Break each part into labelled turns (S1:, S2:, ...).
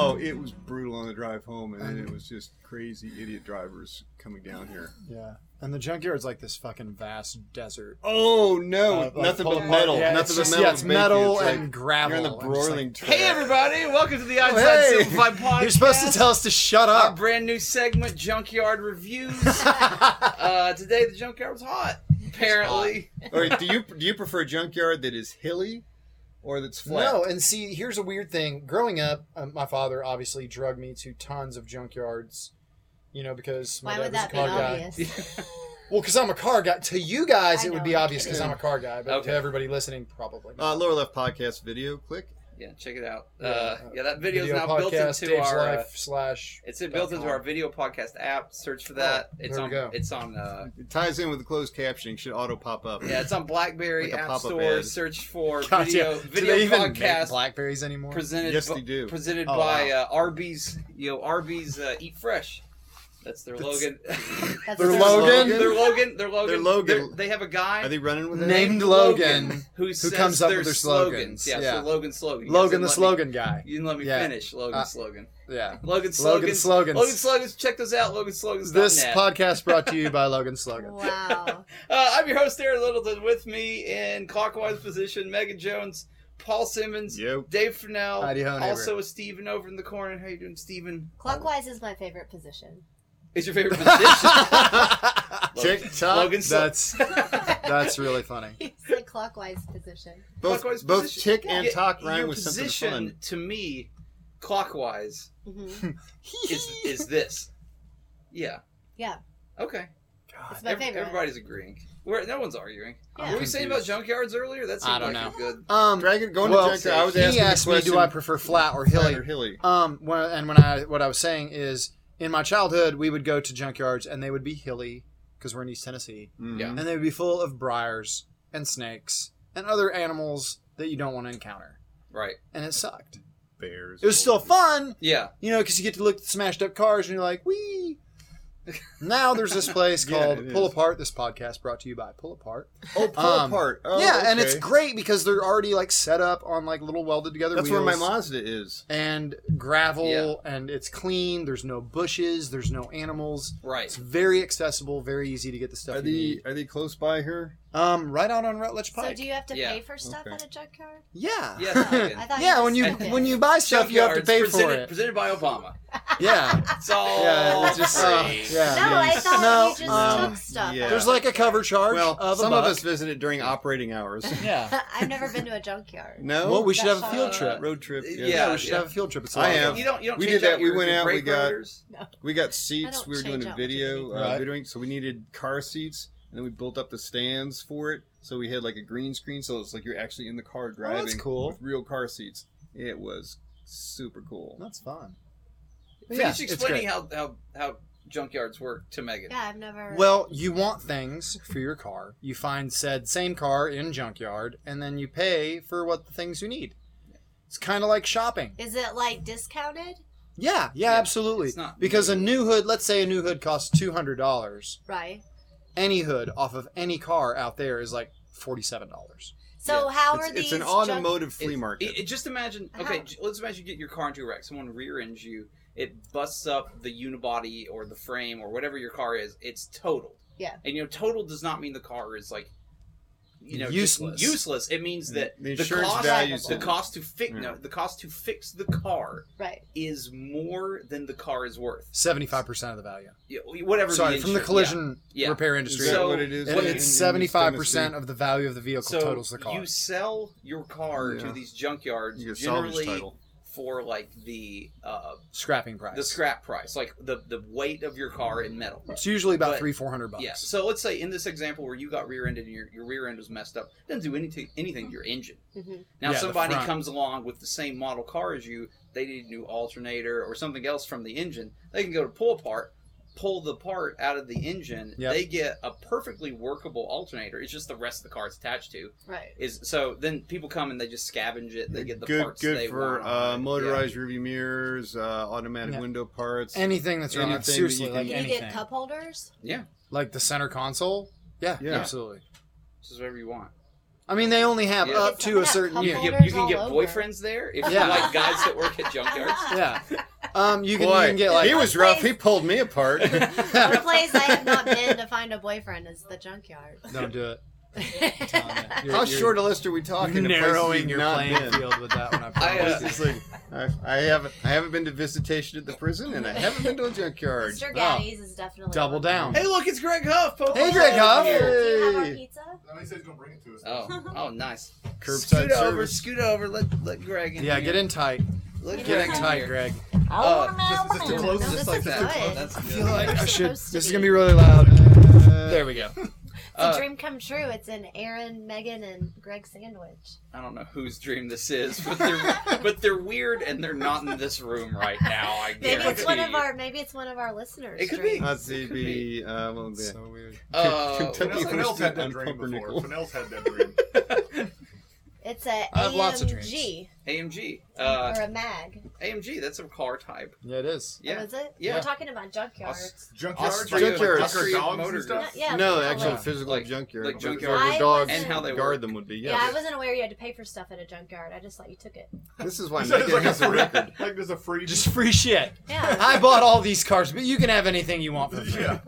S1: Oh, it was brutal on the drive home, and then it was just crazy idiot drivers coming down here.
S2: Yeah. And the junkyard's like this fucking vast desert.
S1: Oh no,
S2: Uh, like
S1: nothing
S2: full
S1: but
S2: of-
S1: metal.
S2: yeah,
S1: nothing but
S2: it's just-
S1: metal.
S2: yeah, it's
S1: baking.
S2: metal
S1: It's like
S2: and gravel.
S1: You're in the
S2: I'm just
S1: broiling.
S2: like,
S1: trail.
S3: Hey everybody, welcome to the Outside
S1: hey.
S3: Simplified Podcast.
S2: You're supposed to tell us to shut
S3: our
S2: up.
S3: brand new segment, Junkyard Reviews. uh, today the junkyard was hot, apparently.
S1: All right, do you do you prefer a junkyard that is hilly, or that's flat?
S2: No, and see, here's a weird thing. Growing up, um, my father obviously drugged me to tons of junkyards, you know, because my dad
S4: Why would
S2: was
S4: that
S2: a
S4: be
S2: car guy.
S4: obvious?
S2: Well, because I'm a car guy. To you guys,
S4: I
S2: it would
S4: know,
S2: be
S4: I'm
S2: obvious because I'm a car guy, but
S3: Okay.
S2: to everybody listening, probably not.
S1: Uh, lower left podcast video. Click.
S3: yeah, check it out.
S2: Yeah,
S3: Uh,
S2: uh,
S3: yeah, that video's
S2: Video
S3: now built
S2: podcast,
S3: into
S2: Dave's
S3: our. uh,
S2: Life slash.
S3: it's built into our video podcast app. Search for that. it's
S2: there we
S3: on.
S2: go.
S3: It's on. Uh,
S1: It ties in with the closed captioning. Should auto pop up.
S3: yeah, it's on BlackBerry
S1: Like a
S3: App
S1: pop-up
S3: Store.
S1: ad.
S3: Search for
S2: God,
S3: video
S2: yeah. Do
S3: video
S2: they even make
S3: podcast
S2: Blackberries anymore?
S3: presented.
S1: Yes,
S3: bu-
S1: they do.
S3: Presented
S2: Oh,
S3: by uh, Arby's. You know, Arby's uh, Eat Fresh. That's their
S2: That's-
S3: Logan.
S4: That's
S2: They're
S4: what
S2: Logan?
S3: They're Logan. They're Logan.
S1: They're Logan.
S3: They're- they have a guy.
S1: Are they running with it?
S2: Named Logan,
S3: who, says
S2: comes up
S3: their
S2: with their
S3: slogans.
S2: slogans.
S3: Yeah,
S2: Yeah.
S3: so Logan's slogan. You guys
S2: Logan
S3: didn't
S2: the
S3: let me-
S2: slogan guy.
S3: you didn't let me
S2: Yeah.
S3: finish Logan's
S2: Uh,
S3: slogan.
S2: Yeah.
S3: Logan's slogans.
S2: Logan slogans.
S3: Logan's slogans. Check those out. Logan's slogans.
S2: This podcast brought to you by Logan Slogan.
S4: Wow.
S3: Uh, I'm your host Aaron Littleton. With me in clockwise position, Megan Jones, Paul Simmons,
S1: Yep.
S3: Dave Fennell,
S2: Howdy ho, neighbor.
S3: also a Steven over in the corner. How you doing, Steven?
S4: Clockwise is my favorite position.
S3: Is your favorite position?
S1: TikTok.
S3: Logan
S2: That's
S3: That's
S2: that's really funny.
S4: It's the clockwise position.
S3: Clockwise
S1: Both, both
S3: position.
S1: tick and
S3: Yeah,
S1: talk rhyme
S3: your
S1: with something
S3: position
S1: fun.
S3: to me, clockwise,
S4: hmm
S3: is is this. Yeah.
S4: Yeah.
S3: Okay.
S4: It's my
S3: Ev-
S4: favorite.
S3: Everybody's agreeing. We're, no one's arguing.
S4: Yeah.
S3: What were you saying about junkyards earlier? That seemed
S2: I don't
S3: like a good.
S2: Um,
S1: Dragon going
S2: well,
S1: to junkyard. I was
S2: he
S1: asking
S2: asked
S1: the
S2: me,
S1: question,
S2: do I prefer flat or
S1: flat
S2: hilly?
S1: or hilly?
S2: Um, when, and when I what I was saying is, in my childhood, we would go to junkyards and they would be hilly because we're in East Tennessee,
S3: Yeah.
S1: Mm-hmm.
S2: and they would be full of briars and snakes and other animals that you don't want to encounter,
S3: Right.
S2: and it sucked.
S1: Bears.
S2: It was still fun,
S3: Yeah.
S2: you know, because you get to look at the smashed up cars and you're like, wee. Now there's this place
S1: Yeah,
S2: called
S1: it
S2: Pull
S1: is.
S2: Apart. This podcast brought to you by Pull Apart.
S1: Oh, pull
S2: Um,
S1: apart. Oh,
S2: yeah, and
S1: okay.
S2: it's great because they're already like set up on like little welded together
S1: That's
S2: wheels
S1: where my Mazda is.
S2: and gravel, and it's clean. There's no bushes. There's no animals. It's
S3: Right.
S2: very accessible, very easy to get the stuff.
S1: Are
S2: you
S1: they
S2: need.
S1: are they close by here?
S2: um right out on Rutledge Pike?
S4: So do you have to
S3: Yeah.
S4: pay for stuff
S1: Okay.
S4: at a junkyard?
S2: yeah,
S3: Yeah,
S4: Oh, I thought
S2: yeah.
S4: you
S2: When you
S4: just- okay.
S2: when you buy stuff, you have to
S3: Junkyards
S2: pay for
S3: presented,
S2: it.
S3: Presented by Obama.
S2: Yeah,
S3: It's all
S2: yeah. It's just uh,
S3: free.
S2: yeah.
S4: No, I
S1: Yes.
S4: thought
S2: No,
S4: you just
S2: um,
S4: took stuff.
S1: yeah.
S2: There's like a cover charge.
S1: Well,
S2: of a
S1: some of
S2: buck.
S1: us visit it during operating hours.
S2: Yeah.
S4: I've never been to a junkyard.
S1: No. Uh,
S2: Well, we should have
S4: That's
S2: a field
S3: fine.
S2: trip.
S1: road trip.
S3: Yeah.
S2: Yeah, we should
S3: yeah.
S2: have a field trip. It's a
S1: I
S2: lot of
S1: have-
S2: fun.
S3: You don't. You don't
S1: We did
S3: change
S1: that.
S3: out your-
S1: We went
S3: your
S1: out, we
S3: brake
S1: got-
S3: rotors?
S1: We got seats.
S4: don't
S1: We were doing
S4: change
S1: a
S4: out what you
S1: video
S4: need.
S1: uh,
S2: Right.
S1: videoing, so we needed car seats, and then we built up the stands for it. So we had like a green screen, so it's like you're actually in the car driving.
S2: Oh, cool.
S1: With real car seats. It was super cool.
S2: That's fun.
S3: Finish
S2: Yeah, it's
S3: explaining
S2: great.
S3: how, how how junkyards work to Megan.
S4: Yeah, I've never.
S2: Well, you want things for your car. You find said same car in junkyard, and then you pay for what the things you need. It's kind of like shopping.
S4: is it like discounted?
S2: Yeah, yeah,
S3: Yeah,
S2: absolutely.
S3: it's not
S2: because a new hood, let's say a new hood costs two hundred dollars.
S4: Right.
S2: Any hood off of any car out there is like forty-seven dollars.
S4: So how
S1: it's,
S4: are
S1: it's
S4: these?
S1: an
S4: junk-
S1: automotive flea
S3: It-
S1: market.
S3: it- it- just imagine.
S4: How?
S3: Okay, j- let's imagine you get your car into a wreck. Someone rear-ends you. It busts up the unibody or the frame or whatever your car is. It's totaled.
S4: Yeah.
S3: And you know, total does not mean the car is like, you know, just
S2: Useless.
S3: useless. It means that
S1: The Mm. insurance
S3: cost,
S4: values
S3: the
S4: it.
S3: cost to fix no,
S1: Yeah.
S3: the cost to fix the car
S4: Right.
S3: is more than the car is worth.
S2: Seventy-five percent of the value.
S3: Yeah, Whatever.
S2: Sorry, from the
S3: insurance-
S2: collision
S3: Yeah, yeah.
S2: repair
S1: is
S2: industry.
S1: that
S3: So,
S1: what it is?
S3: what-
S1: in- in- in
S2: it's
S1: East
S2: seventy-five percent
S1: Tennessee?
S2: of the value of the vehicle
S3: So
S2: totals the car.
S3: you sell your car
S1: Yeah.
S3: to these junkyards
S1: You get a salvage
S3: generally
S1: title.
S3: for like the uh,
S2: Scrapping price.
S3: the scrap price, like the the weight of your car in metal.
S2: It's usually about
S3: But-
S2: three, four hundred bucks.
S3: Yeah. So let's say in this example where you got rear-ended and your, your rear end was messed up, doesn't do anything anything to your engine.
S4: Mhm.
S3: Now
S2: Yeah, the
S3: somebody
S2: front.
S3: comes along with the same model car as you, they need a new alternator or something else from the engine. They can go to pull apart, pull the part out of the engine.
S2: Yep.
S3: They get a perfectly workable alternator. It's just the rest of the car it's attached to
S4: Right.
S3: is so then people come and they just scavenge it. They get the
S1: good,
S3: parts
S1: good
S3: they
S1: for
S3: want.
S1: uh, motorized rearview mirrors, uh, automatic
S2: Yeah.
S1: window parts.
S2: Anything that's wrong.
S1: Anything
S2: seriously,
S1: that you
S2: like
S4: Can you
S2: anything.
S4: get cup holders?
S3: Yeah. yeah,
S2: like the center console. Yeah,
S1: Yeah.
S2: absolutely.
S3: just whatever you want.
S2: I mean, they only have
S3: Yeah.
S2: up
S4: Some
S2: to
S4: of
S2: a
S4: that
S2: certain
S3: You
S2: year.
S4: comfort.
S3: can get, you can
S4: Holders
S3: get
S4: all over.
S3: boyfriends there if
S2: Yeah.
S3: you like guys that work at junkyards.
S2: Yeah. Um, you can, you
S1: Boy,
S2: can get like
S1: he was rough. He pulled me apart.
S4: The place I have not been to find a boyfriend is the junkyard.
S2: Don't do it.
S4: I
S2: You're-
S1: How
S2: you're
S1: short a list are we talking? of places
S2: narrowing
S1: you've
S2: your
S1: not
S2: playing
S1: been?
S2: field with that one. I
S3: I,
S2: promise.
S3: uh,
S1: It's like, I, I haven't I haven't been to visitation at the prison, and I haven't been to a junkyard.
S4: Mr. Gaddy's is definitely
S2: Oh, Double down.
S3: Hey, look, it's Greg Huff. Pope
S2: Hey,
S3: Huff.
S2: Greg Huff.
S4: Do you have our
S1: Hey.
S4: pizza?
S5: No, he said he's gonna bring it to us.
S3: Oh, oh, nice.
S1: Curbside
S3: scoot over,
S1: service.
S3: scoot over. Let let Greg in.
S2: yeah,
S3: here.
S2: get in tight.
S3: Let
S2: Get
S3: Greg
S2: in
S3: in
S2: tight,
S3: here.
S2: Greg.
S3: Uh,
S5: just, just to close
S4: Oh No,
S5: this
S4: this
S5: like
S4: is
S5: that.
S4: good.
S3: That's
S2: I
S3: good.
S2: feel like I
S4: We're
S2: should.
S4: supposed to
S2: Oh, This is
S4: be.
S2: gonna be really loud. there we go.
S4: It's a
S3: Uh,
S4: dream come true. It's an Aaron, Megan, and Greg sandwich.
S3: I don't know whose dream this is, but they're but they're weird and they're not in this room right now. I
S4: Maybe
S3: guarantee.
S4: it's one of
S3: you.
S4: our maybe it's one of our listeners.
S3: It could
S4: dreams.
S3: be.
S1: Not CB. Uh, well, yeah.
S2: So weird.
S3: Uh,
S1: Kentucky
S3: what
S1: Fried-
S3: else?
S5: Fennell's had that
S1: on
S5: dream before.
S1: pumpernickel.
S5: Fennell's had that dream.
S4: It's a
S2: I have
S4: AMG
S2: lots of dreams.
S3: AMG. Uh,
S4: or a mag.
S3: AMG. That's a car type.
S2: Yeah, it is.
S4: Yeah.
S3: Yeah.
S4: Was it?
S3: Yeah.
S4: We're talking about junkyards.
S3: Aus-
S5: Junkyards,
S1: Austrian
S5: junkyards,
S1: Austrian
S5: dogs
S3: motor
S5: and stuff.
S4: gun. Yeah,
S1: no,
S4: like-
S1: the actual
S2: like-
S1: physical
S3: like-
S1: junkyard.
S3: like
S1: Like
S3: junkyard.
S1: where dogs
S4: And
S3: how they
S1: guard
S3: work.
S1: them would be.
S4: Yeah,
S1: Yeah,
S4: I wasn't aware you had to pay for stuff at a junkyard. I just thought you took it.
S1: this is
S5: He
S1: why
S5: said it's
S1: Megan
S5: like a
S1: has a
S5: free,
S1: record.
S5: like there's a free.
S2: Just free shit.
S4: Yeah.
S2: I bought all these cars, but you can have anything you want for free.
S5: yeah.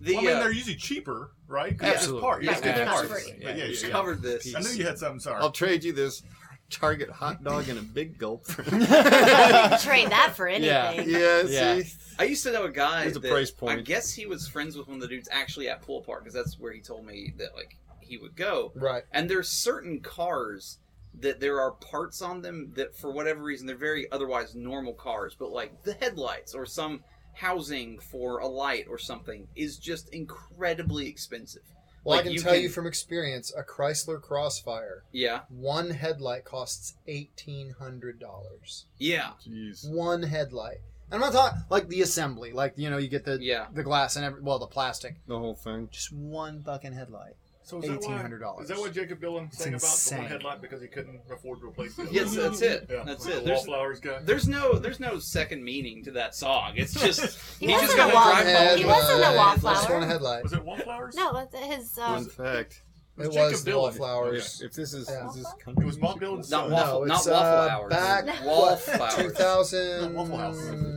S3: The
S5: Well, I mean,
S3: uh,
S5: they're usually cheaper, right? 'Cause
S2: Absolutely.
S5: It's just
S3: Yeah, they're
S5: part.
S3: not
S4: free.
S5: Yeah, yeah,
S3: we've
S5: yeah.
S3: covered this.
S5: I knew you had something. Sorry.
S1: I'll trade you this Target hot dog and a big gulp. For
S4: You
S1: yeah,
S4: trade that for anything.
S2: Yeah.
S1: see,
S3: I used to know a guy.
S1: There's a
S3: that
S1: price
S3: I
S1: point.
S3: guess he was friends with one of the dudes actually at pool park because that's where he told me that like he would go.
S2: Right.
S3: And there's certain cars that there are parts on them that for whatever reason they're very otherwise normal cars, but like the headlights or some housing for a light or something is just incredibly expensive.
S2: Well,
S3: Like,
S2: I can
S3: you
S2: tell
S3: can-
S2: you from experience, a Chrysler Crossfire,
S3: Yeah.
S2: one headlight costs eighteen hundred dollars.
S3: Yeah.
S1: Jeez.
S2: One headlight. And I'm not talking like the assembly, like you know, you get the
S3: Yeah.
S2: the glass and every, well, the plastic.
S1: The whole thing.
S2: Just one fucking headlight.
S5: so is that why-
S2: $1,800.
S5: Is that what Jacob Dylan sang about the
S2: insane.
S5: one headlight because he couldn't afford to replace it?
S3: Yes, that's it.
S5: Yeah,
S3: That's
S5: like
S3: it.
S5: The
S3: There's-
S5: wallflowers guy.
S3: There's no there's no second meaning to that song. It's just
S4: He
S3: he's just
S4: wasn't a
S3: gonna
S4: wall-
S3: drive home.
S4: He wasn't a
S2: Headlight.
S4: wallflower.
S2: Just one headlight.
S5: Was it wallflowers?
S4: No, it's his
S1: Fun
S4: um,
S1: fact.
S5: It
S2: It
S5: was
S2: was
S5: Jacob Dylan.
S2: wallflowers.
S1: If this is,
S2: Yeah.
S1: is this
S5: It was Bob Dylan's
S3: Not
S5: son.
S2: No,
S3: waffle, not
S2: it's,
S3: waffle
S2: uh,
S3: hours.
S2: back-
S3: wallflowers.
S2: Two thousand
S5: Waffle House.
S2: three.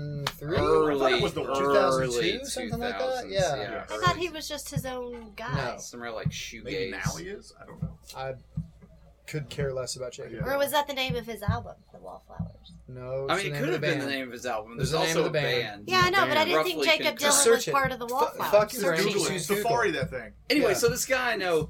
S5: I thought
S3: Early,
S5: it was the
S3: early
S2: 2002, something like that?
S3: 2000s,
S2: Yeah.
S4: I thought he was just his own guy.
S2: No.
S3: somewhere like
S5: Maybe now he
S3: shoegaze.
S5: is. I don't know.
S2: I could care less about Jacob.
S5: Yeah.
S4: Or was that the name of his album, The Wallflowers?
S2: No,
S3: I
S2: it's
S3: mean,
S2: the name
S3: it could
S2: of
S3: have
S2: the
S3: been the
S2: band.
S3: name of his album.
S2: There's
S3: There's,
S2: the name
S3: also
S2: of the
S3: a
S2: band.
S3: band.
S4: Yeah, I know, but I didn't
S3: Roughly
S4: think Jacob
S3: concurrent.
S4: Dylan
S2: Search
S4: was
S2: it.
S4: part of the Wallflowers.
S2: fuck your
S5: Search
S2: Search
S5: Google it.
S2: Google.
S5: Safari that thing.
S3: Anyway,
S2: Yeah.
S3: so this guy I know,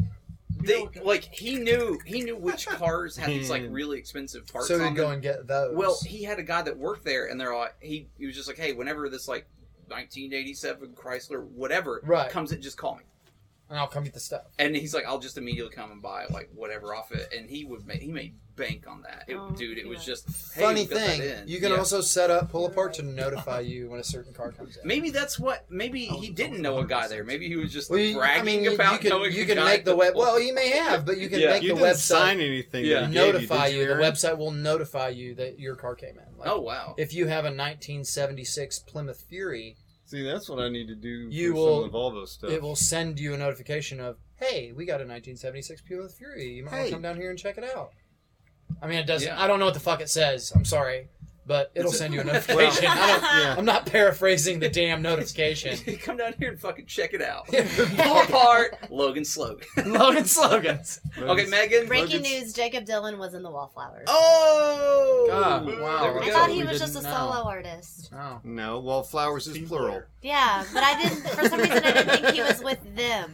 S3: they
S5: You know-
S3: like he knew he knew which cars had these like really expensive parts.
S2: So
S3: on
S2: you go
S3: them.
S2: and get those.
S3: Well, he had a guy that worked there, and they're like, he he was just like, hey, whenever this like 1987 Chrysler whatever
S2: Right.
S3: comes, in, just call me.
S2: and I'll come get the stuff.
S3: And he's like, I'll just immediately come and buy like whatever off it, and he would make he made bank on that. It,
S4: Oh,
S3: dude, it was
S4: yeah.
S3: just hey,
S2: Funny
S3: we got that
S2: thing,
S3: in.
S2: you can
S3: Yeah.
S2: also set up pull apart to notify you when a certain car comes in.
S3: Maybe that's what. Maybe he didn't know a guy there. Maybe he was just
S2: Well, you, I
S3: bragging
S2: mean, you,
S3: about
S2: you can
S3: knowing
S2: you
S3: a
S2: can
S3: guy
S2: make the
S3: that-
S2: web. Well, he may have, but you can
S3: Yeah.
S2: make
S1: You
S2: the
S1: didn't
S2: website
S1: sign anything.
S3: Yeah.
S1: that he gave
S2: notify
S1: did
S2: you. The
S1: Aaron?
S2: website will notify you that your car came in. Like,
S3: oh wow.
S2: If you have a 1976 Plymouth Fury,
S1: See, that's what I need to do.
S2: You
S1: for
S2: will-
S1: some of the Volvo stuff.
S2: it will send you a notification of, "Hey, we got a 1976 Plymouth Fury. You might want
S1: Hey.
S2: to come down here and check it out." I mean, it doesn't.
S3: Yeah.
S2: I don't know what the fuck it says. I'm sorry, but it'll
S3: It's a-
S2: send you a notification. I don't,
S1: yeah.
S2: I'm not paraphrasing the damn notification.
S3: Come down here and fucking check it
S2: Ah,
S3: out. Pull
S2: Logan
S3: apart Logan Slogan.
S2: slogans.
S3: Okay, Megan.
S4: Breaking
S1: Nuggets.
S4: news: Jacob Dylan was in The Wallflowers.
S3: Oh.
S2: God,
S1: Ah.
S2: wow.
S3: There we
S4: I
S3: go.
S4: thought
S2: We
S4: he was
S2: didn't
S4: just a
S2: know.
S4: solo artist.
S2: Oh.
S1: No, well, flowers is
S5: Team
S1: plural.
S5: player.
S4: Yeah, but I didn't. For some reason, I didn't think he was with them.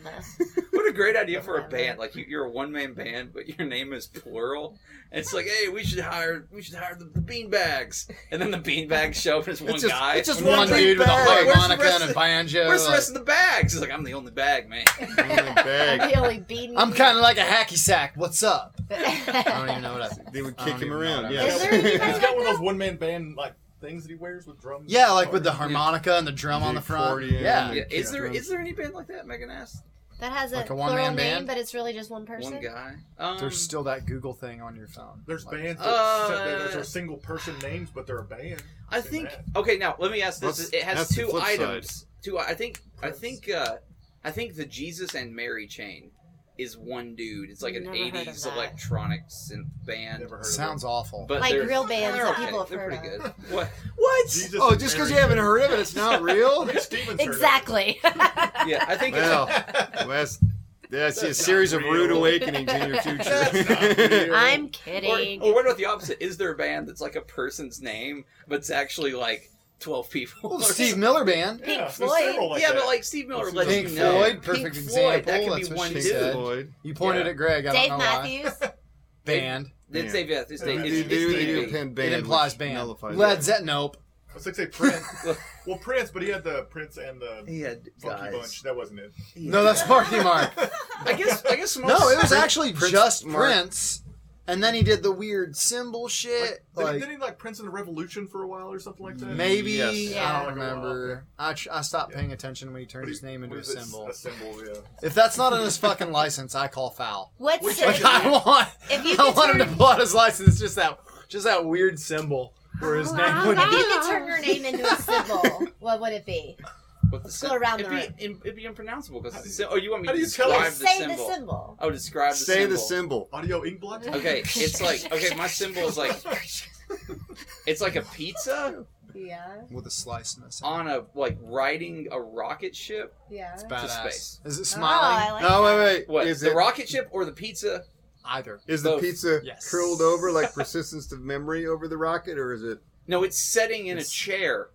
S3: What a great idea for a band! Like you, you're a one man band, but your name is plural. And it's like, hey, we should hire we should hire the, the beanbags, and then the beanbags show up and it's one
S1: just-
S3: guy.
S1: it's just
S2: One,
S1: One
S2: dude with a
S1: bag. Where's
S3: the
S2: harmonica
S3: rest
S2: and a
S3: of-
S2: banjo.
S3: Where's the
S2: like,
S3: rest of the bags? He's like, I'm the only bag man.
S1: Only
S4: I'm
S1: bag.
S4: the only beaten.
S2: I'm kind of like a hacky sack. What's up? I don't even
S4: of.
S2: know what I.
S1: They would
S2: I
S1: kick
S2: don't
S1: him
S2: even know
S1: around.
S2: what I
S1: Yes.
S4: Is there any
S5: He's got one of those one man band like things that he wears with drums.
S2: Yeah, like with the harmonica and the drum on the front.
S1: Accordion
S2: Yeah.
S1: and-
S3: Yeah, is there is there any band like that? Megan asked.
S4: That has a
S2: Like a
S4: plural
S2: one-man
S4: name,
S2: band?
S4: but it's really just one person.
S3: One guy. Um,
S2: There's still that Google thing on your phone.
S5: There's
S2: Like,
S5: bands that
S3: Uh,
S5: set there. Those are single person names, but they're a band.
S3: I
S5: Say
S3: think.
S5: that.
S3: Okay, now let me ask this.
S1: That's-
S3: it has
S1: that's the
S3: two
S1: flip
S3: items. Two. I think. I think. uh I think the Jesus and Mary chain is one dude. It's like an
S4: Never heard of
S3: '80s
S4: that.
S3: electronic synth band.
S5: Never heard
S2: Sounds awful.
S3: But
S4: Like
S3: they're-
S4: real bands
S3: they're
S4: that
S3: okay.
S4: people have
S3: They're
S4: heard
S3: pretty
S4: of.
S3: good. What? What?
S5: of it. Jesus
S2: Oh, just because you haven't heard of it, it's not real.
S5: Rick Stevens heard of it.
S4: Exactly.
S3: yeah, I think
S1: Well,
S5: That's
S1: Wes, that's,
S5: That's
S1: a series
S5: not
S1: of rude
S5: real.
S1: awakenings in your
S5: not
S1: future.
S5: real.
S4: I'm
S3: Or,
S4: kidding.
S3: or what about the opposite? Is there a band that's like a person's name, but it's actually like twelve people?
S2: Well,
S3: or
S2: the Steve
S3: something?
S2: Miller Band.
S4: Pink
S5: Yeah, there's
S4: Floyd.
S5: several like
S3: yeah,
S5: that.
S3: but like Steve Miller
S5: Pink
S3: lets
S2: Pink
S3: you know.
S2: Floyd, perfect
S3: Pink Floyd,
S2: example.
S3: that could
S2: That's
S3: be
S2: what
S3: one
S2: she
S3: dude.
S2: said.
S1: Floyd.
S2: You pointed
S3: Yeah.
S2: at Greg. I
S4: Dave
S2: don't know why.
S4: Matthews.
S2: Band.
S3: Then
S1: Yeah.
S3: Dave Matthews.
S5: They-
S1: They,
S3: Dave-
S5: they-
S1: they,
S3: it's-
S1: they,
S3: it's
S1: do
S3: Dave.
S1: append
S2: It
S1: band,
S2: implies
S1: which
S2: band.
S1: nullifies
S2: Led
S1: it.
S2: Zeppelin. Nope.
S5: I was like, say Prince. well, Prince, but he had the Prince and the
S3: Yeah,
S5: Funky
S3: guys.
S5: Bunch. That wasn't it.
S2: No, that's Marky Mark.
S3: I guess. I guess.
S2: No, it was
S3: Prince-
S2: actually
S1: Prince
S2: just
S1: Mark.
S2: Prince, and then he did the weird symbol shit.
S5: Did,
S2: Like,
S5: did he like Prince and the Revolution for a while or something like that?
S2: maybe
S1: Yes.
S2: I
S4: Yeah.
S2: don't
S5: Like a while,
S2: remember. I, tr- I stopped
S5: Yeah.
S2: paying attention when he turned
S5: What
S2: his
S5: do you-
S2: name into
S5: what
S2: a
S5: is it?
S2: symbol.
S5: A symbol, yeah.
S2: If that's not on his fucking license, I call foul.
S4: What's
S5: Which-
S4: so,
S2: Like I want,
S4: if you
S2: I
S4: could
S2: want him
S4: turn,
S2: to pull out his license. It's just that, just that weird symbol where
S4: Oh,
S2: his name would
S4: if you
S2: be.
S4: could turn your name into a symbol, what would it be?
S3: What the
S4: Go around
S3: it'd
S4: the
S3: be, in- it'd be unpronounceable because it's a sy- oh, you want me
S5: how
S3: to
S5: do you tell
S3: describe
S5: us?
S3: the
S4: Say
S3: symbol?
S4: the symbol.
S3: Oh, describe the
S1: Say
S3: symbol.
S1: the symbol.
S5: Audio ink blot.
S3: Okay, it's like okay, my symbol is like it's like a pizza
S4: Yeah,
S2: With a slice in the symbol.
S3: on a like riding a rocket ship.
S4: yeah.
S2: It's
S3: to
S2: badass.
S3: space.
S2: Is it
S4: Oh,
S2: smiling?
S4: I like
S1: No,
S4: that.
S1: wait, wait.
S3: What
S1: Is
S3: the
S1: it,
S3: rocket ship or the pizza?
S2: Either.
S1: is the
S3: Both.
S1: pizza
S2: Yes.
S1: curled over like persistence of memory over the rocket, or is it?
S3: No, it's setting in a
S2: It's-
S3: chair.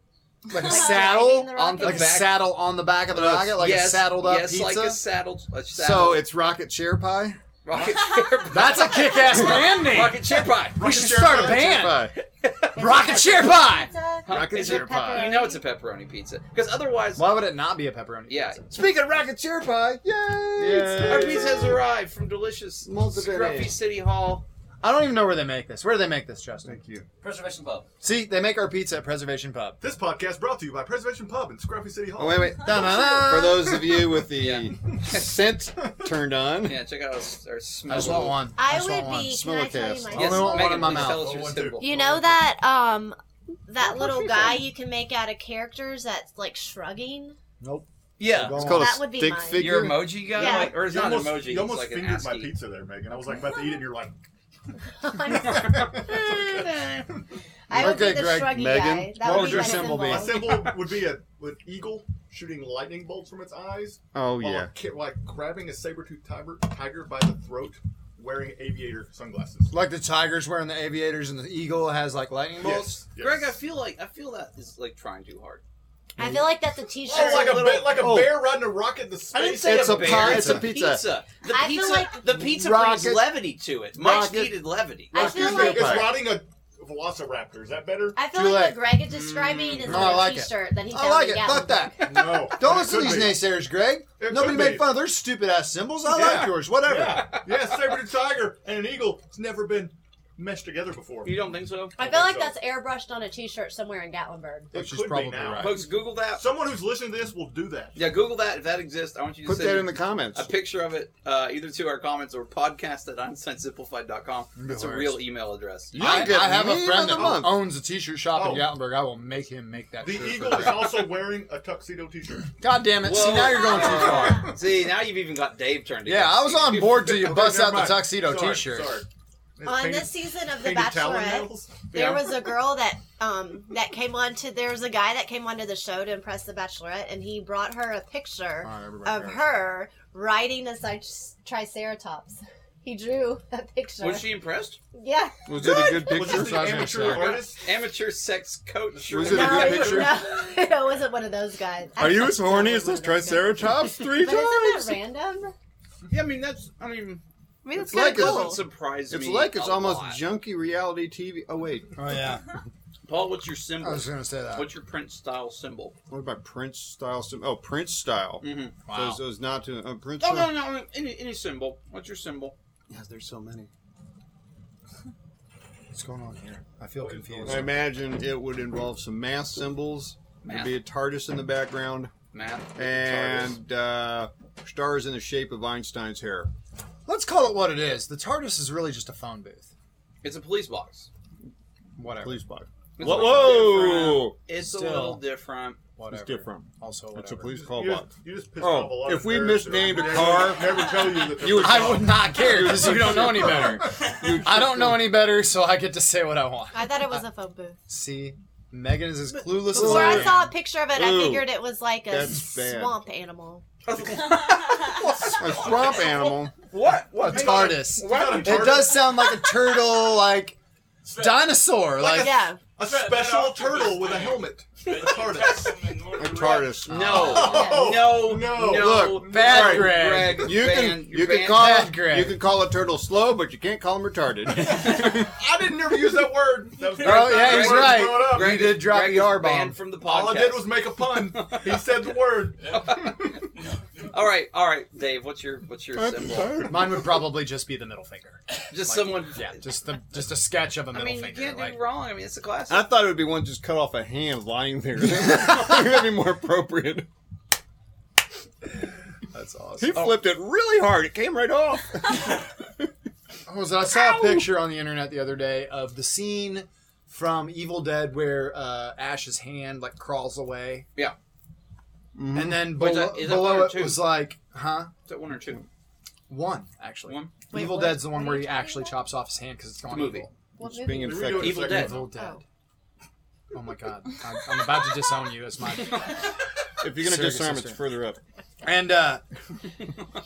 S2: Like a
S4: Riding
S2: saddle.
S4: the
S3: on the
S2: Like a
S4: rocket.
S3: back.
S2: saddle on the back of the
S1: Uh,
S2: rocket, like
S3: yes,
S2: a saddled up
S3: yes,
S2: pizza.
S3: like a saddled. A
S1: So
S3: saddled
S1: it's rocket chair pie.
S3: rocket chair.
S2: That's a kick-ass brand name.
S3: rocket chair pie.
S2: we should start a band.
S1: Pie.
S4: Is it
S2: Rocket Share Pie.
S4: pizza?
S3: Huh?
S1: Rocket
S3: Is
S1: chair
S3: it-
S1: pie.
S3: You know it's a pepperoni pizza because otherwise,
S2: Why would it not be a pepperoni?
S3: yeah,
S2: pizza?
S1: Speaking of rocket chair pie, yay!
S2: Yay.
S3: our pizza has arrived from delicious
S1: Multi-bene.
S3: Scruffy City Hall.
S2: I don't even know where they make this. Where do they make this, Justin?
S1: Thank you.
S6: Preservation Pub.
S2: See, they make our pizza at Preservation Pub.
S5: This podcast brought to you by Preservation Pub in Scruffy City Hall.
S1: Oh wait, wait.
S2: Da-da-da.
S1: For those of you with the
S3: Yeah.
S1: scent turned on,
S3: Yeah, check out our, s- our smell.
S2: I just want one. I,
S4: I
S2: just want
S4: would
S2: one.
S4: be. Can
S1: Smell
S4: I
S1: a
S4: tell you
S1: cast.
S4: my
S2: Yes. only want one
S3: Megan,
S2: in my
S3: please
S2: mouth.
S3: Tell us
S5: I
S3: your
S5: want two.
S3: symbol.
S4: You know that um that
S3: Where's
S4: little
S3: your
S4: guy
S3: phone?
S4: you can make out of characters that's like shrugging.
S2: Nope.
S3: Yeah.
S1: it's called
S4: That
S1: a
S4: would be
S1: stick
S4: mine.
S1: figure.
S6: Your emoji guy?
S4: Yeah.
S6: Like,
S3: or it's
S5: you
S3: not
S5: almost,
S3: an emoji.
S5: you almost
S3: it's like an
S5: fingered my
S3: ASCII.
S5: pizza there, Megan. I was like about to eat it, and you're like,
S4: I would
S2: Okay,
S4: be the
S2: Greg,
S4: shrugging
S1: Megan,
S4: guy. That
S2: what
S4: would
S2: would
S4: be
S2: your
S4: my
S2: symbol be?
S5: my symbol would be a an eagle shooting lightning bolts from its eyes,
S1: Oh
S5: while
S1: yeah.
S5: ki- like grabbing a saber-toothed tiger, tiger by the throat, wearing aviator sunglasses.
S2: Like the tiger's wearing the aviators, and the eagle has like lightning bolts.
S5: Yes, yes.
S3: Greg, I feel like I feel that is like trying too hard.
S4: I feel like that's a t-shirt.
S5: Oh, like a
S3: Little-
S5: ba- like a
S1: oh.
S5: bear riding a rocket in the space.
S1: It's a
S3: bear,
S1: pie- it's
S3: It's a
S1: a
S3: pizza. The
S4: I feel
S3: pizza.
S4: like
S3: the pizza brings
S1: rocket-
S3: levity to it. Mike's
S1: rocket-
S3: needed levity.
S4: I feel
S1: Rocket
S4: like
S5: It's
S1: Pie.
S5: riding a velociraptor. Is that better?
S4: I feel
S2: Do
S4: like
S2: it.
S4: what Greg is describing is
S2: No,
S4: like
S2: Mm. I
S4: a
S2: like it.
S4: t-shirt that he
S2: I like it.
S4: downloaded.
S2: Fuck that.
S5: No.
S2: Don't
S5: It
S2: listen to
S5: could
S2: these
S5: be.
S2: naysayers, Greg.
S5: It
S2: Nobody
S5: could
S2: make
S5: be.
S2: fun of their stupid ass symbols. I
S5: Yeah.
S2: like yours. Whatever.
S5: Yeah, yeah saber-toothed tiger and an eagle. It's never been meshed together before.
S3: You don't think so?
S4: I feel like
S5: So-
S4: that's airbrushed on a t-shirt somewhere in Gatlinburg.
S5: It
S2: Which is
S5: could be
S2: probably
S5: now.
S2: right.
S3: Folks, Google that.
S5: Someone who's listening to this will do that.
S3: Yeah, Google that if that exists. I want you to
S1: Put
S3: send
S1: that in the comments.
S3: a picture of it uh, either to our comments or podcast at unsensimplified.com.
S2: No
S3: It's a
S2: worries.
S3: real email address.
S1: You
S2: I,
S1: don't get
S2: I have a
S1: meme of
S2: friend
S1: the
S2: that
S1: month.
S2: owns a t-shirt shop in
S5: Oh.
S2: Gatlinburg. I will make him make that.
S5: The
S2: shirt for
S5: eagle
S2: Greg.
S5: is also wearing a tuxedo T-shirt.
S2: God damn it! See
S3: Whoa.
S2: now you're going too far.
S3: See, now you've even got Dave turned.
S2: Yeah, I was on board till you
S5: Okay,
S2: bust
S5: never
S2: out the
S5: mind.
S2: tuxedo
S5: Sorry,
S2: t-shirt.
S5: sorry. It's
S4: On
S5: painted-
S4: this season of The
S5: painted talon
S4: Bachelorette,
S5: nails.
S4: there
S3: Yeah.
S4: was a girl that um that came on to there was a guy that came onto the show to impress the Bachelorette, and he brought her a picture
S2: All right, everybody
S4: of
S2: go.
S4: her riding a tric- triceratops. He drew that picture.
S3: Was she impressed?
S4: Yeah.
S1: Was it a good
S5: Was this
S1: picture?
S5: an
S2: Sorry,
S5: amateur
S2: sorry.
S5: artist?
S3: Amateur sex coach.
S1: Was it a
S4: No,
S1: good
S4: it-
S1: picture?
S4: No, it wasn't one of those guys. I
S1: Are you
S4: thought
S1: as
S4: it was
S1: horny as
S4: one
S1: those
S4: of those guys.
S1: triceratops three
S4: But isn't that
S1: times?
S4: random?
S3: Yeah, I mean that's. I mean,
S4: I mean, it's,
S1: It's
S4: kind
S1: like
S4: of
S1: it's-
S4: cool.
S3: doesn't surprise me.
S1: It's like it's
S3: a
S1: almost
S3: lot.
S1: junky reality TV. Oh wait,
S2: Oh yeah,
S3: Paul, what's your
S2: I
S3: symbol?
S2: was gonna say that.
S3: What's your print style symbol?
S1: what about Prince style? Sim- oh, Prince style.
S3: Mm-hmm.
S2: Mm. Wow.
S1: Those, those not to uh, Prince.
S3: No, no, no. Any, any symbol. What's your symbol?
S1: Yes, there's so many.
S2: What's going on here? I feel confused.
S1: I imagine it would involve some math symbols.
S3: Math.
S1: There'd be a TARDIS in the background
S3: Math.
S1: and uh, stars in the shape of Einstein's hair.
S2: Let's call it what it is. The TARDIS is really just a phone booth.
S3: It's a police box.
S2: Whatever.
S1: Police box.
S3: It's
S1: Whoa!
S3: a little
S1: whoa.
S3: different. It's a
S2: Still.
S3: little different.
S2: whatever.
S1: It's different.
S2: Also, whatever.
S1: So please call
S5: you,
S1: Bot.
S5: just, you just pissed
S1: Oh,
S5: off a lot
S1: if
S5: of
S1: we
S5: nerds that are-
S1: misnamed a
S5: never-
S1: car,
S5: never tell you that they're
S1: you would-
S5: pissed
S2: I
S5: off.
S2: would not care because you don't know any better. I don't know any better, so I get to say what I want.
S4: I thought it was a phone booth.
S2: See, Megan is as clueless as
S4: Before I
S2: am.
S4: saw a picture of it, I
S1: Ooh,
S4: figured it was like a
S1: that's bad.
S4: swamp animal.
S1: A swamp animal.
S3: what?
S2: a
S3: What? Hang on.
S2: TARDIS.
S3: Why
S5: Not a
S3: would you-
S2: It does sound like a turtle, like dinosaur, like
S4: yeah.
S5: A
S6: That- that
S5: special
S6: octopus
S5: turtle
S6: thing.
S5: with a helmet. A
S6: They
S5: TARDIS.
S6: text them in order
S1: A
S6: to
S1: TARDIS.
S2: Oh.
S3: No, no,
S5: No.
S3: no,
S1: Look,
S2: bad
S1: All right,
S2: Greg.
S1: You can
S3: banned.
S1: you
S3: You're
S1: can
S3: banned.
S1: call
S2: Bad Greg.
S1: you can call a turtle slow, but you can't call him retarded.
S5: I didn't never use that word. That was
S2: Oh, yeah,
S5: Greg
S2: he's
S5: was
S2: right.
S5: growing up.
S2: Greg- You did drop
S3: Greg
S2: the
S3: is
S2: R-bomb.
S3: banned from the podcast.
S5: All I did was make a pun. He said the word.
S3: all right, all right, Dave. What's your what's your symbol?
S2: mine would probably just be the middle finger.
S3: Just
S2: Like,
S3: someone.
S2: Yeah, just the just a sketch of a
S3: I
S2: middle
S3: mean, you
S2: finger.
S3: can't do
S2: like,
S3: wrong. I mean, it's a classic.
S1: I thought it would be one just cut off a hand lying there. That'd be more appropriate.
S2: that's awesome.
S1: He flipped it really hard. It came right off.
S2: Oh, so I saw a picture on the internet the other day of the scene from Evil Dead where uh, Ash's hand like crawls away,
S1: Mm-hmm.
S2: and then
S3: Wait, is
S2: below,
S3: that- is that one
S2: below
S3: or
S2: it
S3: two?
S2: was like, huh?
S3: Is that one or two?
S2: One actually.
S3: One.
S4: Wait,
S2: Evil
S4: what?
S2: Dead's the one
S4: What
S2: where
S4: are
S2: he
S4: you talking
S2: actually
S4: about?
S2: chops off his hand because it's gone
S3: The movie.
S2: evil.
S4: What
S1: It's being
S4: movie?
S5: Redo it
S1: infected.
S5: a
S3: Evil
S5: second
S3: Dead.
S2: Evil Dead.
S4: Oh.
S2: Oh my god, I'm, I'm about to disown you as my.
S1: If you're gonna
S2: Serious
S1: disarm,
S2: sister.
S1: it's further up.
S2: And uh,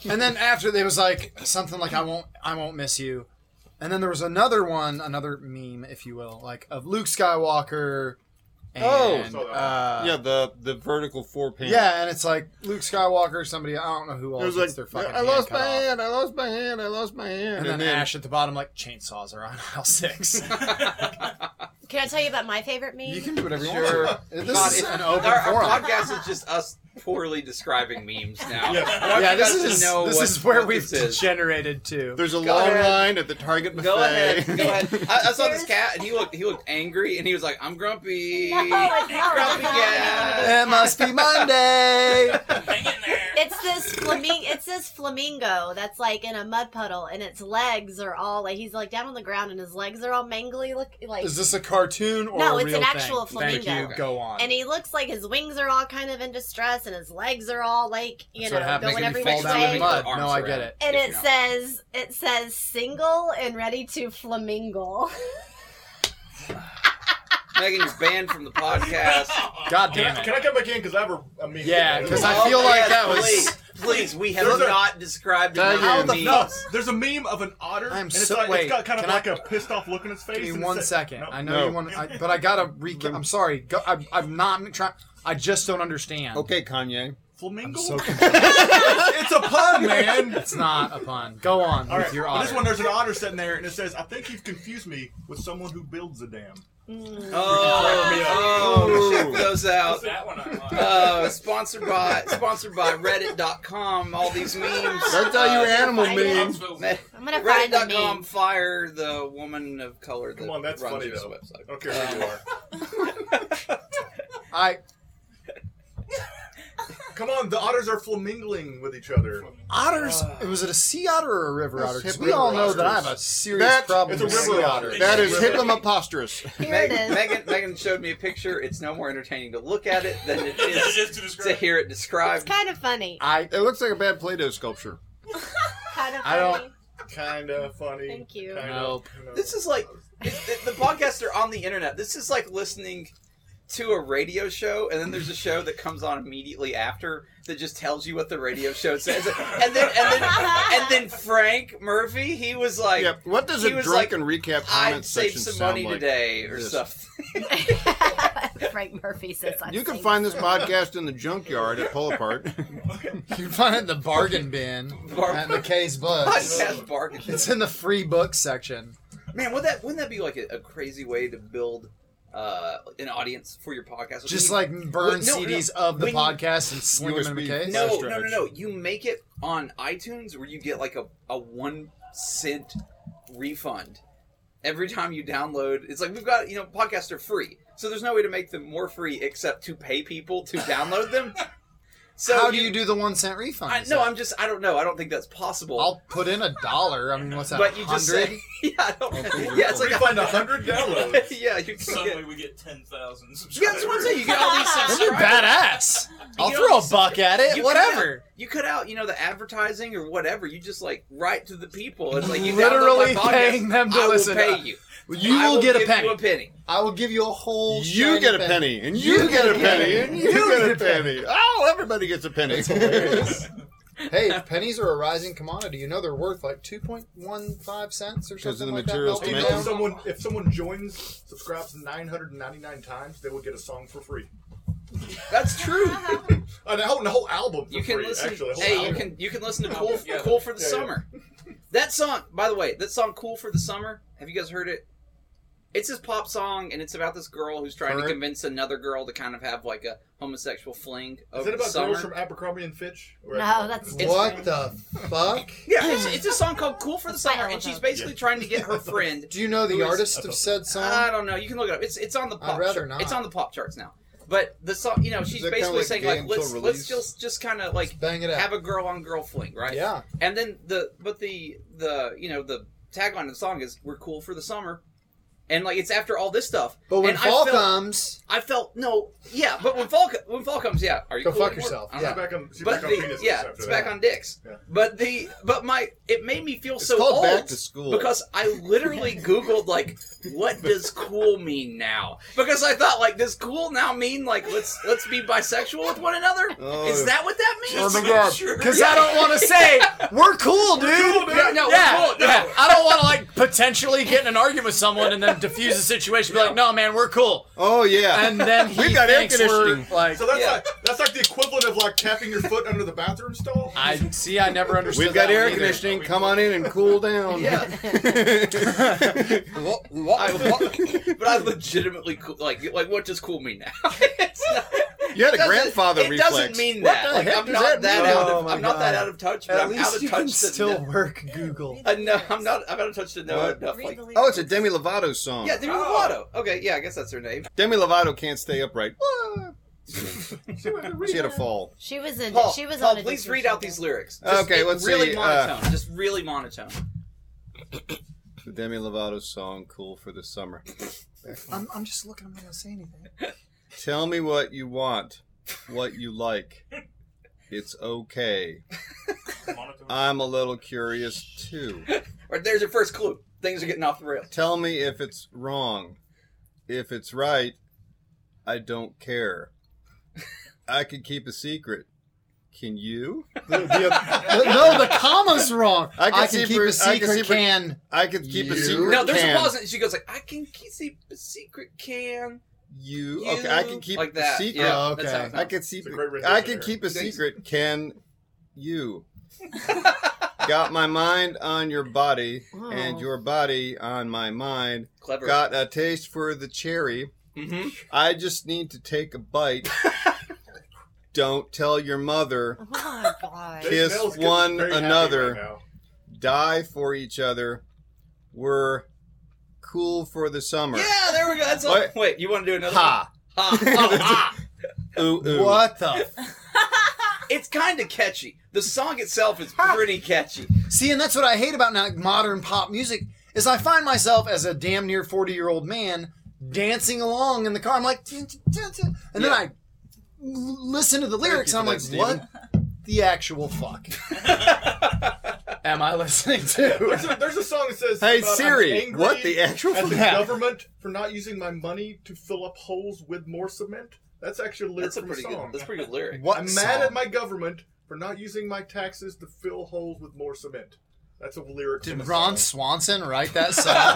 S2: and then after they was like something like I won't I won't miss you, and then there was another one another meme if you will like of Luke Skywalker. And,
S1: Oh,
S5: saw that one.
S2: uh,
S1: yeah, the the vertical four pan.
S2: yeah, and it's like Luke Skywalker, somebody I don't know who
S1: It
S2: else
S1: was
S2: gets
S1: like
S2: their fucking
S1: I lost my
S2: hand cut off.
S1: hand. I lost my hand. I lost my hand.
S2: And, then, Ash at the bottom like chainsaws are on aisle six.
S4: Can I tell you about my favorite meme?
S2: you can do whatever you
S3: Sure.
S2: want. This
S3: God,
S2: is
S3: if-
S2: an
S3: Our,
S2: open
S3: our
S2: forum.
S3: podcast is just us poorly describing memes now.
S5: Yes.
S3: I want
S2: yeah,
S3: you
S2: this
S3: guys to
S2: is
S3: know
S2: this
S3: what-
S2: is where
S3: what
S2: we've
S3: this is.
S2: degenerated to.
S1: There's a
S3: Go
S1: long
S3: ahead.
S1: line at the Target buffet.
S3: Go ahead. Go ahead. I, I saw this cat and he looked he looked angry and he was like, I'm grumpy.
S4: No, it's not.
S3: grumpy cat.
S2: It must be Monday.
S6: Hang in there.
S4: It's this flamingo. It's this flamingo that's like in a mud puddle, and its legs are all like he's like down on the ground, and his legs are all mangly. Look like,
S2: Is this a cartoon or
S4: No,
S2: a
S4: it's
S2: real
S4: an
S2: thing?
S4: actual
S2: Thank
S4: flamingo.
S2: you. Go on.
S4: and he looks like his wings are all kind of in distress, and his legs are all like you
S2: That's what
S4: know
S2: happens
S4: going
S2: when you
S4: every
S2: fall
S4: which
S2: down in the
S4: way.
S2: mud.
S3: Arms
S2: No, I
S3: around.
S2: get it.
S4: And
S3: If
S4: it
S3: you're not-
S4: says it says single and ready to flamingo.
S3: Megan, you're banned from the podcast.
S2: God
S5: Can
S2: damn
S5: I,
S2: it.
S5: can I come back in? Because I have a, a meme.
S2: Yeah, 'cause I
S3: Oh,
S2: feel like that was-
S3: Please, please, we have
S5: Those are-
S3: not described
S1: Megan.
S3: enough
S2: How the
S3: memes.
S5: No, there's a meme of an otter,
S2: I'm
S5: and it's,
S2: so-
S5: like,
S2: wait,
S5: it's got kind of
S2: can I-
S5: like a pissed off look on his face.
S2: Give me
S5: and
S2: one
S5: it's-
S2: second.
S5: No.
S2: I know
S1: No.
S2: you want, I, but I gotta recap. I'm sorry. Go, I, I'm not trying. I just don't understand.
S1: Okay, Kanye.
S5: Flamingo?
S2: I'm so
S5: it's a pun, man.
S2: It's not a pun. Go on
S5: All right.
S2: with your
S5: but this
S2: otter.
S5: one, there's an otter sitting there, and it says, "I think you've confused me with someone who builds a dam."
S4: Mm.
S3: Oh,
S1: Ooh.
S3: oh, check those out.
S6: That one I want.
S3: Uh, sponsored by sponsored by Reddit.com. All these memes.
S1: That's how
S3: Uh,
S1: you animal
S4: I
S5: Uh,
S1: mean.
S4: didn't-
S6: That's what-
S3: Me-
S4: I'm gonna find the
S3: Reddit.com
S4: meme.
S3: fire the woman of color that
S5: Come on, that's
S3: runs
S5: funny,
S3: this
S5: though. I
S3: website.
S5: don't care who you are.
S2: I
S5: Come on, the otters are flamingling with each other.
S2: otters.
S3: Uh,
S2: was it a sea otter or a river
S1: That's
S2: otter? 'Cause
S1: hip
S2: we all
S1: river
S2: know that I
S1: otters.
S2: have a serious
S1: That-
S2: problem
S5: it's a
S2: with
S5: river
S2: sea
S5: otter.
S2: otters.
S1: That is hippoposterous.
S4: Here
S3: Meg-
S4: it is.
S3: Megan, Megan showed me a picture. It's no more entertaining to look at it than it
S6: It is
S3: is
S6: to
S3: to
S6: describe.
S3: hear it
S4: It's
S3: described.
S4: kind of funny.
S2: I
S1: It looks like a bad Play-Doh sculpture.
S4: Kind of funny.
S2: I don't-
S5: Kinda funny.
S4: Thank you.
S5: kinda,
S2: Nope.
S5: you know.
S3: This is like it, the, the podcasts are on the internet. This is like listening to a radio show, and then there's a show that comes on immediately after that just tells you what the radio show says, and then and then and then Frank Murphy, he was like.
S1: yep. What does a
S3: he
S1: drunk
S3: was like,
S1: and recap
S3: I
S1: comment
S3: saved
S1: section
S3: some
S1: sound
S3: money
S1: like?
S3: today, or
S1: this.
S3: something.
S4: Frank Murphy says I
S1: You can
S4: think.
S1: find this podcast in the junkyard at Pull Apart.
S2: you find it in the bargain bin
S3: Bar-
S2: at McKay's Books.
S3: Podcast bargain.
S2: It's in the free book section.
S3: Man, would that wouldn't that be like a, a crazy way to build uh, an audience for your podcast?
S2: Just
S3: You-
S2: like burn
S3: no, no.
S2: CDs of the
S3: When you-
S2: podcast and sling them in
S1: USB.
S2: McKay's.
S3: no,
S1: Flash
S3: no, no,
S1: drives.
S3: no. You make it on iTunes where you get like a, a one cent refund every time you download. It's like we've got you know podcasts are free, so there's no way to make them more free except to pay people to download them. So
S2: How do you, do the one cent refund?
S3: I,
S2: Is
S3: no,
S2: that-
S3: I'm just. I don't know. I don't think that's possible.
S2: I'll put in a dollar. I mean, what's that?
S3: but you just
S2: hundred?
S3: say, yeah, I don't,
S1: Okay.
S3: yeah, it's like
S5: we
S3: a
S5: find a
S3: hundred-
S5: hundred downloads.
S3: yeah, you can
S6: Suddenly
S3: get,
S6: we get 10,000 subscribers.
S3: yeah, that's what I'm saying. You get all these
S2: Those are
S3: subscribers.
S2: badass. I'll
S3: You
S2: throw
S3: know,
S2: a buck at it.
S3: you
S2: Whatever.
S3: You cut out, you know, the advertising or whatever. You just like write to the people. It's like you
S2: Literally
S3: download my podcast,
S2: paying them to
S3: I will
S2: listen.
S3: pay you.
S2: You
S3: I
S2: will get a
S3: give
S2: penny.
S3: You a penny.
S2: I will give you a whole.
S1: You
S2: shiny
S1: get a penny, and
S2: You
S1: you get a penny, and you get a
S2: penny.
S1: penny. Oh, everybody gets a penny.
S2: That's hilarious. hey, pennies are a rising commodity. You know they're worth like two point one five cents or
S1: Because of
S2: something.
S1: the
S2: like
S1: materials
S2: that.
S5: You
S1: to
S5: know,
S1: make
S5: if someone if someone joins, subscribes 999 times, they will get a song for free.
S3: That's true.
S5: An whole, a whole album for
S3: You can
S5: free,
S3: listen.
S5: actually. a whole
S3: Hey, you
S5: album.
S3: can you can listen to cool
S6: Yeah.
S3: cool for the
S5: Yeah, yeah.
S3: summer. That song, by the way, that song "Cool for the Summer." Have you guys heard it? It's this pop song, and it's about this girl who's trying to
S1: Heard.
S3: convince another girl to kind of have like a homosexual fling
S5: Is
S3: over
S5: it about
S3: the summer.
S5: girls from Abercrombie and Fitch? Or-
S4: No, that's-
S3: It's-
S2: What the fuck?
S3: Yeah, it's, it's a song called "Cool for the
S4: That's my
S3: Summer," and she's
S4: element.
S3: basically
S5: Yeah.
S3: trying to get her friend.
S2: Do you know
S5: Who
S2: the
S5: is-
S2: artist of said song?
S3: I don't know. You can look it up. It's it's on the pop.
S2: rather
S3: chart-
S2: not.
S3: It's on the pop charts now. But the song, you know, she's
S1: that
S3: basically
S1: kinda like
S3: saying
S1: gay
S3: like,
S1: until
S3: let's let's
S1: release?
S3: just just kind of like
S2: Bang it out.
S3: have a girl on girl fling, right?
S2: Yeah.
S3: And then the but the the you know the tagline of the song is "We're cool for the summer," and like it's after all this stuff.
S2: But when
S3: and
S2: fall
S3: I felt,
S2: comes,
S3: I felt no, yeah. But when fall co- when fall comes, yeah. Are you
S2: Go
S3: cool
S2: fuck
S3: anymore?
S2: yourself,
S3: I'm
S2: yeah.
S3: not-
S5: She's back on, she's
S3: But
S5: back on
S3: the,
S5: penises
S3: yeah,
S5: after
S3: it's
S5: that.
S3: back on dicks.
S5: Yeah.
S3: But the but my it made me feel
S1: It's
S3: so
S1: called
S3: old
S1: Back to School.
S3: because I literally Googled like, what does cool mean now? Because I thought like, does cool now mean like let's let's be bisexual with one another?
S1: Oh.
S3: Is that what that means?
S6: Oh my God. Sure.
S2: because I don't want to say we're cool, dude.
S3: No, no, we're
S7: yeah,
S3: cool. No.
S7: yeah. I don't want to like potentially get in an argument with someone and then diffuse the situation. Be like, no, man, we're cool.
S1: Oh yeah,
S7: And then he
S1: We've got air
S7: thinks we're, Like,
S5: So that's
S3: Yeah.
S5: like that's like the equivalent of like tapping your foot under the bathroom stall.
S7: I see. I never understood.
S1: we've got
S7: that
S1: air
S7: one either.
S1: conditioning. Come on in and cool down.
S3: Yeah.
S1: What- what-
S3: But I legitimately cool, like like what does cool mean now? It's not-
S1: you had a
S3: doesn't-
S1: grandfather
S3: it
S1: reflex.
S3: doesn't mean
S1: What
S3: that.
S1: the
S3: like,
S1: heck
S3: I'm
S1: does
S3: not
S1: that
S3: that,
S1: mean?
S3: out of
S2: Oh my
S3: I'm not that
S2: God.
S3: out of touch, but
S2: At
S3: I'm out
S2: least
S3: of
S2: you
S3: touch
S2: can
S3: to
S2: still
S3: kn-
S2: work Google.
S3: uh, no, I'm not. I'm out of touch to know
S1: What?
S3: enough. Like,
S1: Oh, it's a Demi Lovato song.
S3: yeah, Demi
S6: Oh.
S3: Lovato. Okay, yeah, I guess that's her name.
S1: Demi Lovato can't stay upright. She had a fall.
S4: She was in.
S3: Paul,
S4: she was
S3: Paul,
S4: on. a
S3: please
S4: Disney
S3: read out
S4: show.
S3: these lyrics. Just
S1: Okay,
S3: in
S1: let's
S3: really
S1: see, uh,
S3: monotone. just really monotone.
S1: The Demi Lovato song "Cool for the Summer."
S2: I'm, I'm just looking. I'm not gonna say anything.
S1: Tell me what you want, what you like. It's okay.
S6: Monotone.
S1: I'm a little curious too.
S3: Right there's your first clue. Things are getting off the rails.
S1: Tell me if it's wrong. If it's right, I don't care. I can keep a secret. Can you?
S2: The- the- no, the comma's wrong. I
S1: I
S2: can,
S1: can see
S2: keep
S1: for- I
S2: a
S1: can
S2: secret
S1: see for-
S2: can.
S1: I can keep a
S2: You?
S1: secret.
S3: No, there's
S1: can.
S3: a pause, and she goes like, "I can keep a secret can."
S1: You.
S3: You-
S1: Okay, I can keep
S3: like
S1: a
S3: that.
S1: secret.
S3: Yeah,
S2: Oh,
S3: that's
S2: okay.
S3: how it
S1: I
S3: sounds.
S1: can see.
S5: It's a great rendition
S1: I can
S5: there.
S1: keep a
S3: Thanks.
S1: secret. Can you? Got my mind on your body and
S4: Oh.
S1: your body on my mind.
S3: Clever.
S1: Got a taste for the cherry.
S3: hmm
S1: I just need to take a bite. Don't tell your mother.
S4: Oh my god.
S1: Kiss
S5: Mel's getting
S1: one
S5: very happy
S1: another.
S5: right now.
S1: Die for each other. We're cool for the summer.
S3: Yeah, there we go. That's all.
S1: What?
S3: Wait, you want to do another?
S1: Ha.
S3: One? Ha. Oh, ha.
S1: Ooh, ooh.
S2: What the?
S3: It's kind of catchy. The song itself is pretty catchy.
S2: See, and that's what I hate about now modern pop music is I find myself as a damn near forty year old man dancing along in the car. I'm like, "Dun, dun, dun, dun," and then
S3: Yeah.
S2: I l- listen to the lyrics
S1: you
S2: and I'm
S1: for
S2: like,
S1: that,
S2: what the actual fuck am I listening
S5: There's
S2: to?
S5: a, there's a song that says,
S1: Hey
S5: about, "I'm
S1: Siri,
S5: angry
S1: what the actual?
S5: at the
S2: Yeah.
S5: government for not using my money to fill up holes with more cement." That's actually a lyric
S3: That's a
S5: from a
S3: pretty
S5: song.
S3: good. That's a pretty good lyric.
S2: What
S5: I'm
S2: song?
S5: mad at my government for not using my taxes to fill holes with more cement. That's a lyric. from
S2: Did
S5: a
S2: Ron
S5: song.
S2: Swanson write that song?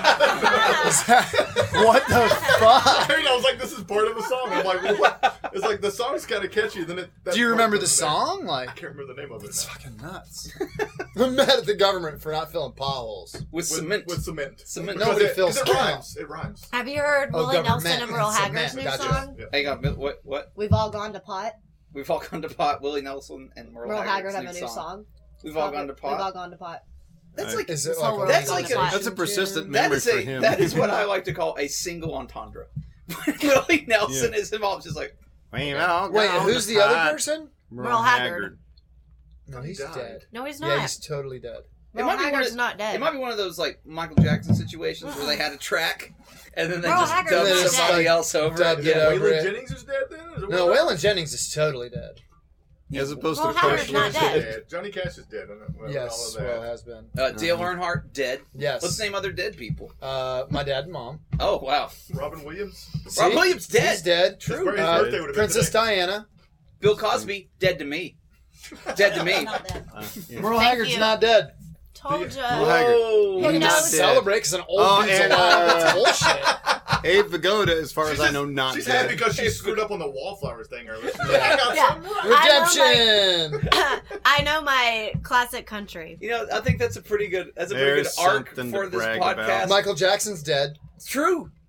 S2: Is that- what the fuck?
S5: I mean, I was like, this is part of the song. I'm like, what? It's like the song's kind of catchy. Then it. that
S2: Do you
S5: part
S2: remember the
S5: goes in there.
S2: song? Like,
S5: I can't remember the name of it.
S2: it's
S5: now.
S2: fucking nuts. I'm mad at the government for not filling potholes.
S3: With
S5: With
S3: cement.
S5: With cement.
S3: Cement.
S5: Because
S2: Nobody
S5: it,
S2: fills
S5: 'cause it
S2: cement.
S5: rhymes. It rhymes.
S4: Have you heard
S2: Oh,
S4: Willie
S2: government.
S4: Nelson and Merle
S2: It's a
S4: Haggard's
S2: man.
S4: new
S2: Gotcha.
S4: song?
S5: Yeah.
S3: Hang on, Bill, what? What?
S4: We've all gone to pot.
S3: We've all gone to pot. Willie Nelson and Merle,
S4: Merle Haggard
S3: Haggard's
S4: have a new song.
S3: We've all gone to
S4: We've all
S3: pot.
S4: gone to pot.
S3: That's
S1: Alright.
S3: like
S2: Is it
S4: This
S2: like
S4: whole
S2: a-
S4: world
S3: That's
S4: is
S3: like
S4: on
S3: a-
S4: a
S1: That's a
S4: pot.
S1: persistent
S3: that
S1: memory
S3: is
S1: for
S3: a
S1: him.
S3: that is what I like to call a single entendre. Willie Nelson is involved, just like
S1: Well,
S2: Wait, who's the other person?
S1: Merle,
S4: Merle Haggard.
S2: No, he's
S5: died.
S2: dead.
S4: No, he's
S2: Yeah,
S4: not.
S2: he's totally dead.
S4: Merle
S3: might be one
S4: Haggard's
S3: of-
S4: not dead.
S3: It might be one of those like Michael Jackson situations where they had a track and then they
S4: Merle
S3: just
S4: Haggard's
S3: dubbed
S2: not
S3: somebody
S2: dead.
S3: else over
S2: Dubbed
S3: it.
S2: it
S3: Yeah.
S2: over.
S5: Waylon
S2: it.
S5: Jennings is dead then? Is it
S2: No,
S5: Waylon-
S2: Waylon Jennings is totally dead.
S1: As opposed
S4: Merle
S1: to
S4: Haggard's
S1: Crush
S4: not
S1: Lives
S4: dead.
S1: Dead.
S5: Johnny Cash is dead. I don't know about all of
S2: yes,
S5: that.
S2: well, has been.
S3: Uh,
S1: Uh-huh.
S3: Dale Earnhardt dead.
S2: Yes.
S3: Let's name other dead people.
S2: Uh, my dad and mom.
S3: Oh wow,
S5: Robin Williams.
S2: See?
S3: Rob Williams dead.
S2: He's dead.
S5: His birthday
S2: Uh,
S5: would've been
S2: Princess
S5: today.
S2: Diana.
S3: Bill Cosby dead to me. Dead to me.
S4: Not dead.
S1: Uh, yeah.
S2: Merle
S4: Thank
S2: Haggard's
S4: you.
S2: not dead.
S4: Told
S1: Merle
S4: you.
S1: Haggard.
S3: Whoa.
S4: He
S2: We
S4: knows.
S2: not celebrate because an old
S1: Oh,
S2: dude's
S1: and,
S2: alive.
S1: uh,
S2: That's bullshit.
S1: Abe Vigoda, as far as
S5: She's
S1: I know,
S5: just-
S1: not
S5: She's
S1: dead.
S5: happy because she screwed up on the wallflowers thing earlier.
S2: Yeah.
S5: I got
S4: Yeah.
S5: some-
S2: Redemption.
S4: I know my classic country.
S3: You know, I think that's a pretty good. That's a
S1: There's
S3: pretty good arc
S1: something
S3: for
S1: to
S3: this
S1: brag
S3: podcast.
S1: about.
S2: Michael Jackson's dead.
S3: True.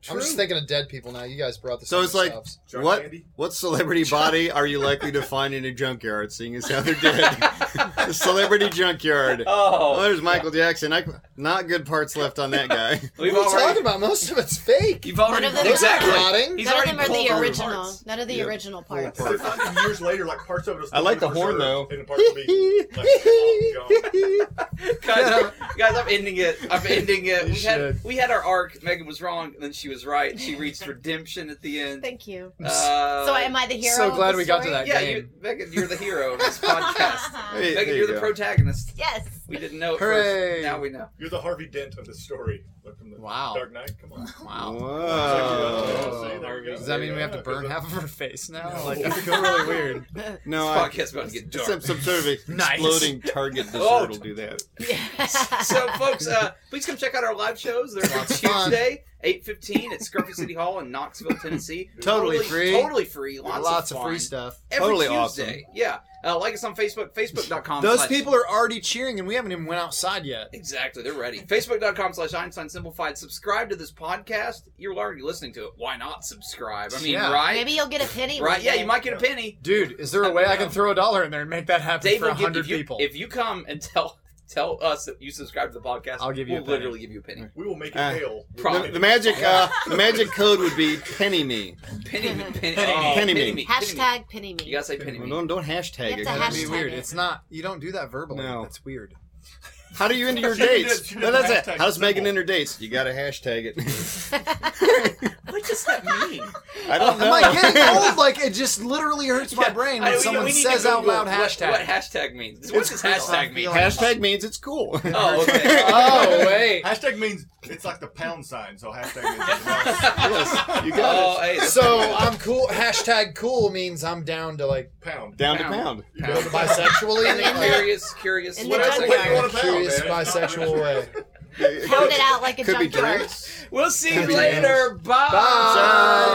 S3: True.
S2: I'm just thinking of dead people now. You guys brought this.
S1: So
S2: on
S1: it's like-
S2: yourselves.
S5: John
S1: what
S5: Candy?
S1: what celebrity body are you likely to find in a junkyard, seeing as how they're dead? the celebrity junkyard. Oh,
S3: Oh,
S1: there's Michael Jackson. I, not good parts left on that guy.
S2: what are
S3: we've
S2: you
S3: already.
S2: talking about? Most of it's fake.
S3: You've already
S4: None of them
S3: exactly.
S2: are rotting.
S3: He's
S4: None of
S3: already
S4: them are
S3: pulled
S4: the
S3: all
S4: original.
S3: parts.
S4: None of the
S1: Yeah.
S4: original parts.
S5: They're finding years later, like parts of it. are
S1: I like the
S5: still
S1: horn,
S5: preserved,
S1: though.
S5: and parts will be, like, all gone.
S3: Guys, guys, I'm ending it. I'm ending it.
S1: You
S3: We had
S1: should.
S3: we had our arc. Megan was wrong, and then she was right. She reached redemption at the end.
S4: Thank you.
S3: Uh,
S4: So am I the hero?
S7: so
S4: of
S7: glad
S4: the
S7: we got to
S4: story?
S7: that
S3: Yeah,
S7: game.
S3: you, Megan, you're the hero of this podcast.
S1: Hey,
S3: Megan,
S1: there
S3: you're
S1: you
S3: the
S1: go.
S3: protagonist.
S4: yes.
S3: We didn't know. It
S1: Hooray.
S3: First. Now we know.
S5: You're the Harvey Dent of the story. Look from the
S7: Wow.
S5: Dark Knight. Come on.
S7: Wow.
S1: Whoa.
S5: See, there we go.
S7: Does that mean we have to
S5: Yeah,
S7: burn
S5: because
S7: half of her face now?
S5: No.
S7: Like, that's really weird.
S1: No,
S3: This
S1: I,
S3: podcast about to get dark.
S1: some, some sort of
S7: Nice.
S1: exploding target dessert
S3: Oh.
S1: will do that.
S3: so folks uh, please come check out our live shows they're on
S2: Lots of fun.
S3: tuesday 8.15 at scurfy city hall in knoxville tennessee
S1: Totally free.
S3: totally free lots,
S2: Lots,
S3: of,
S2: of,
S3: fun.
S2: free stuff.
S3: every
S1: Totally
S3: tuesday yeah uh, like us on facebook facebook.com
S2: Those
S3: slash-
S2: people are already cheering, and we haven't even went outside yet.
S3: exactly they're ready facebook.com slash einstein simplified subscribe to this podcast you're already listening to it why not subscribe i mean
S2: Yeah.
S3: right
S4: Maybe you'll get a penny.
S3: right
S4: one
S3: yeah
S4: day.
S3: you might get a penny
S7: Dude, is there a way I can throw a dollar in there and make that happen
S3: dave
S7: for
S3: will
S7: for
S3: give if
S7: 100
S3: you,
S7: people?
S3: if you come and tell tell us that you subscribe to the podcast
S7: I'll give you
S3: we'll
S7: a penny.
S3: literally give you a penny
S5: We will make it
S1: Uh,
S5: hail.
S1: The,
S3: Probably.
S1: the magic, uh, the magic code would be penny me.
S3: penny me, penny,
S7: Penny
S3: oh,
S7: me.
S1: Penny me.
S4: Hashtag penny me.
S3: You gotta say penny me.
S1: No, don't hashtag
S4: You
S1: it.
S4: have
S2: That'd be
S4: Hashtag
S2: weird.
S4: it.
S2: It's not. You don't do that verbally.
S1: No.
S2: That's weird.
S1: How do you end your
S5: She did-
S1: dates?
S5: she did
S1: No, that's it.
S5: hashtag
S1: How does Megan
S5: symbol.
S1: end her dates? You gotta hashtag it.
S3: What does that mean?
S1: I don't
S3: Oh
S2: Am
S1: know.
S2: I getting old? Like it just literally hurts my brain
S3: I-
S2: when
S3: we-
S2: someone
S3: we need to
S2: says out
S3: Google
S2: loud hashtag.
S3: What, what hashtag means? What does hashtag mean?
S1: Hashtag means it's cool.
S3: Oh, okay.
S7: oh, wait.
S5: Hashtag means it's like the pound sign, so hashtag means
S1: yes, you got uh,
S3: oh, hey, that's-
S2: So I'm cool. Hashtag cool means I'm down to like
S1: it.
S5: pound.
S1: Down
S3: Pound.
S1: to pound.
S5: You
S2: down to
S5: know,
S2: bisexually.
S4: And then
S2: like,
S3: curious, curious.
S4: In
S3: what
S4: the
S3: else I
S5: what you
S3: can-
S4: junkyard.
S5: want to pound,
S2: Curious
S5: man? It's not
S2: bisexual
S5: really-
S2: way.
S4: Thrown it out like a
S1: Could be
S4: junkyard.
S1: drinks.
S3: We'll see you
S2: Could be
S3: later. Bye.
S2: Bye.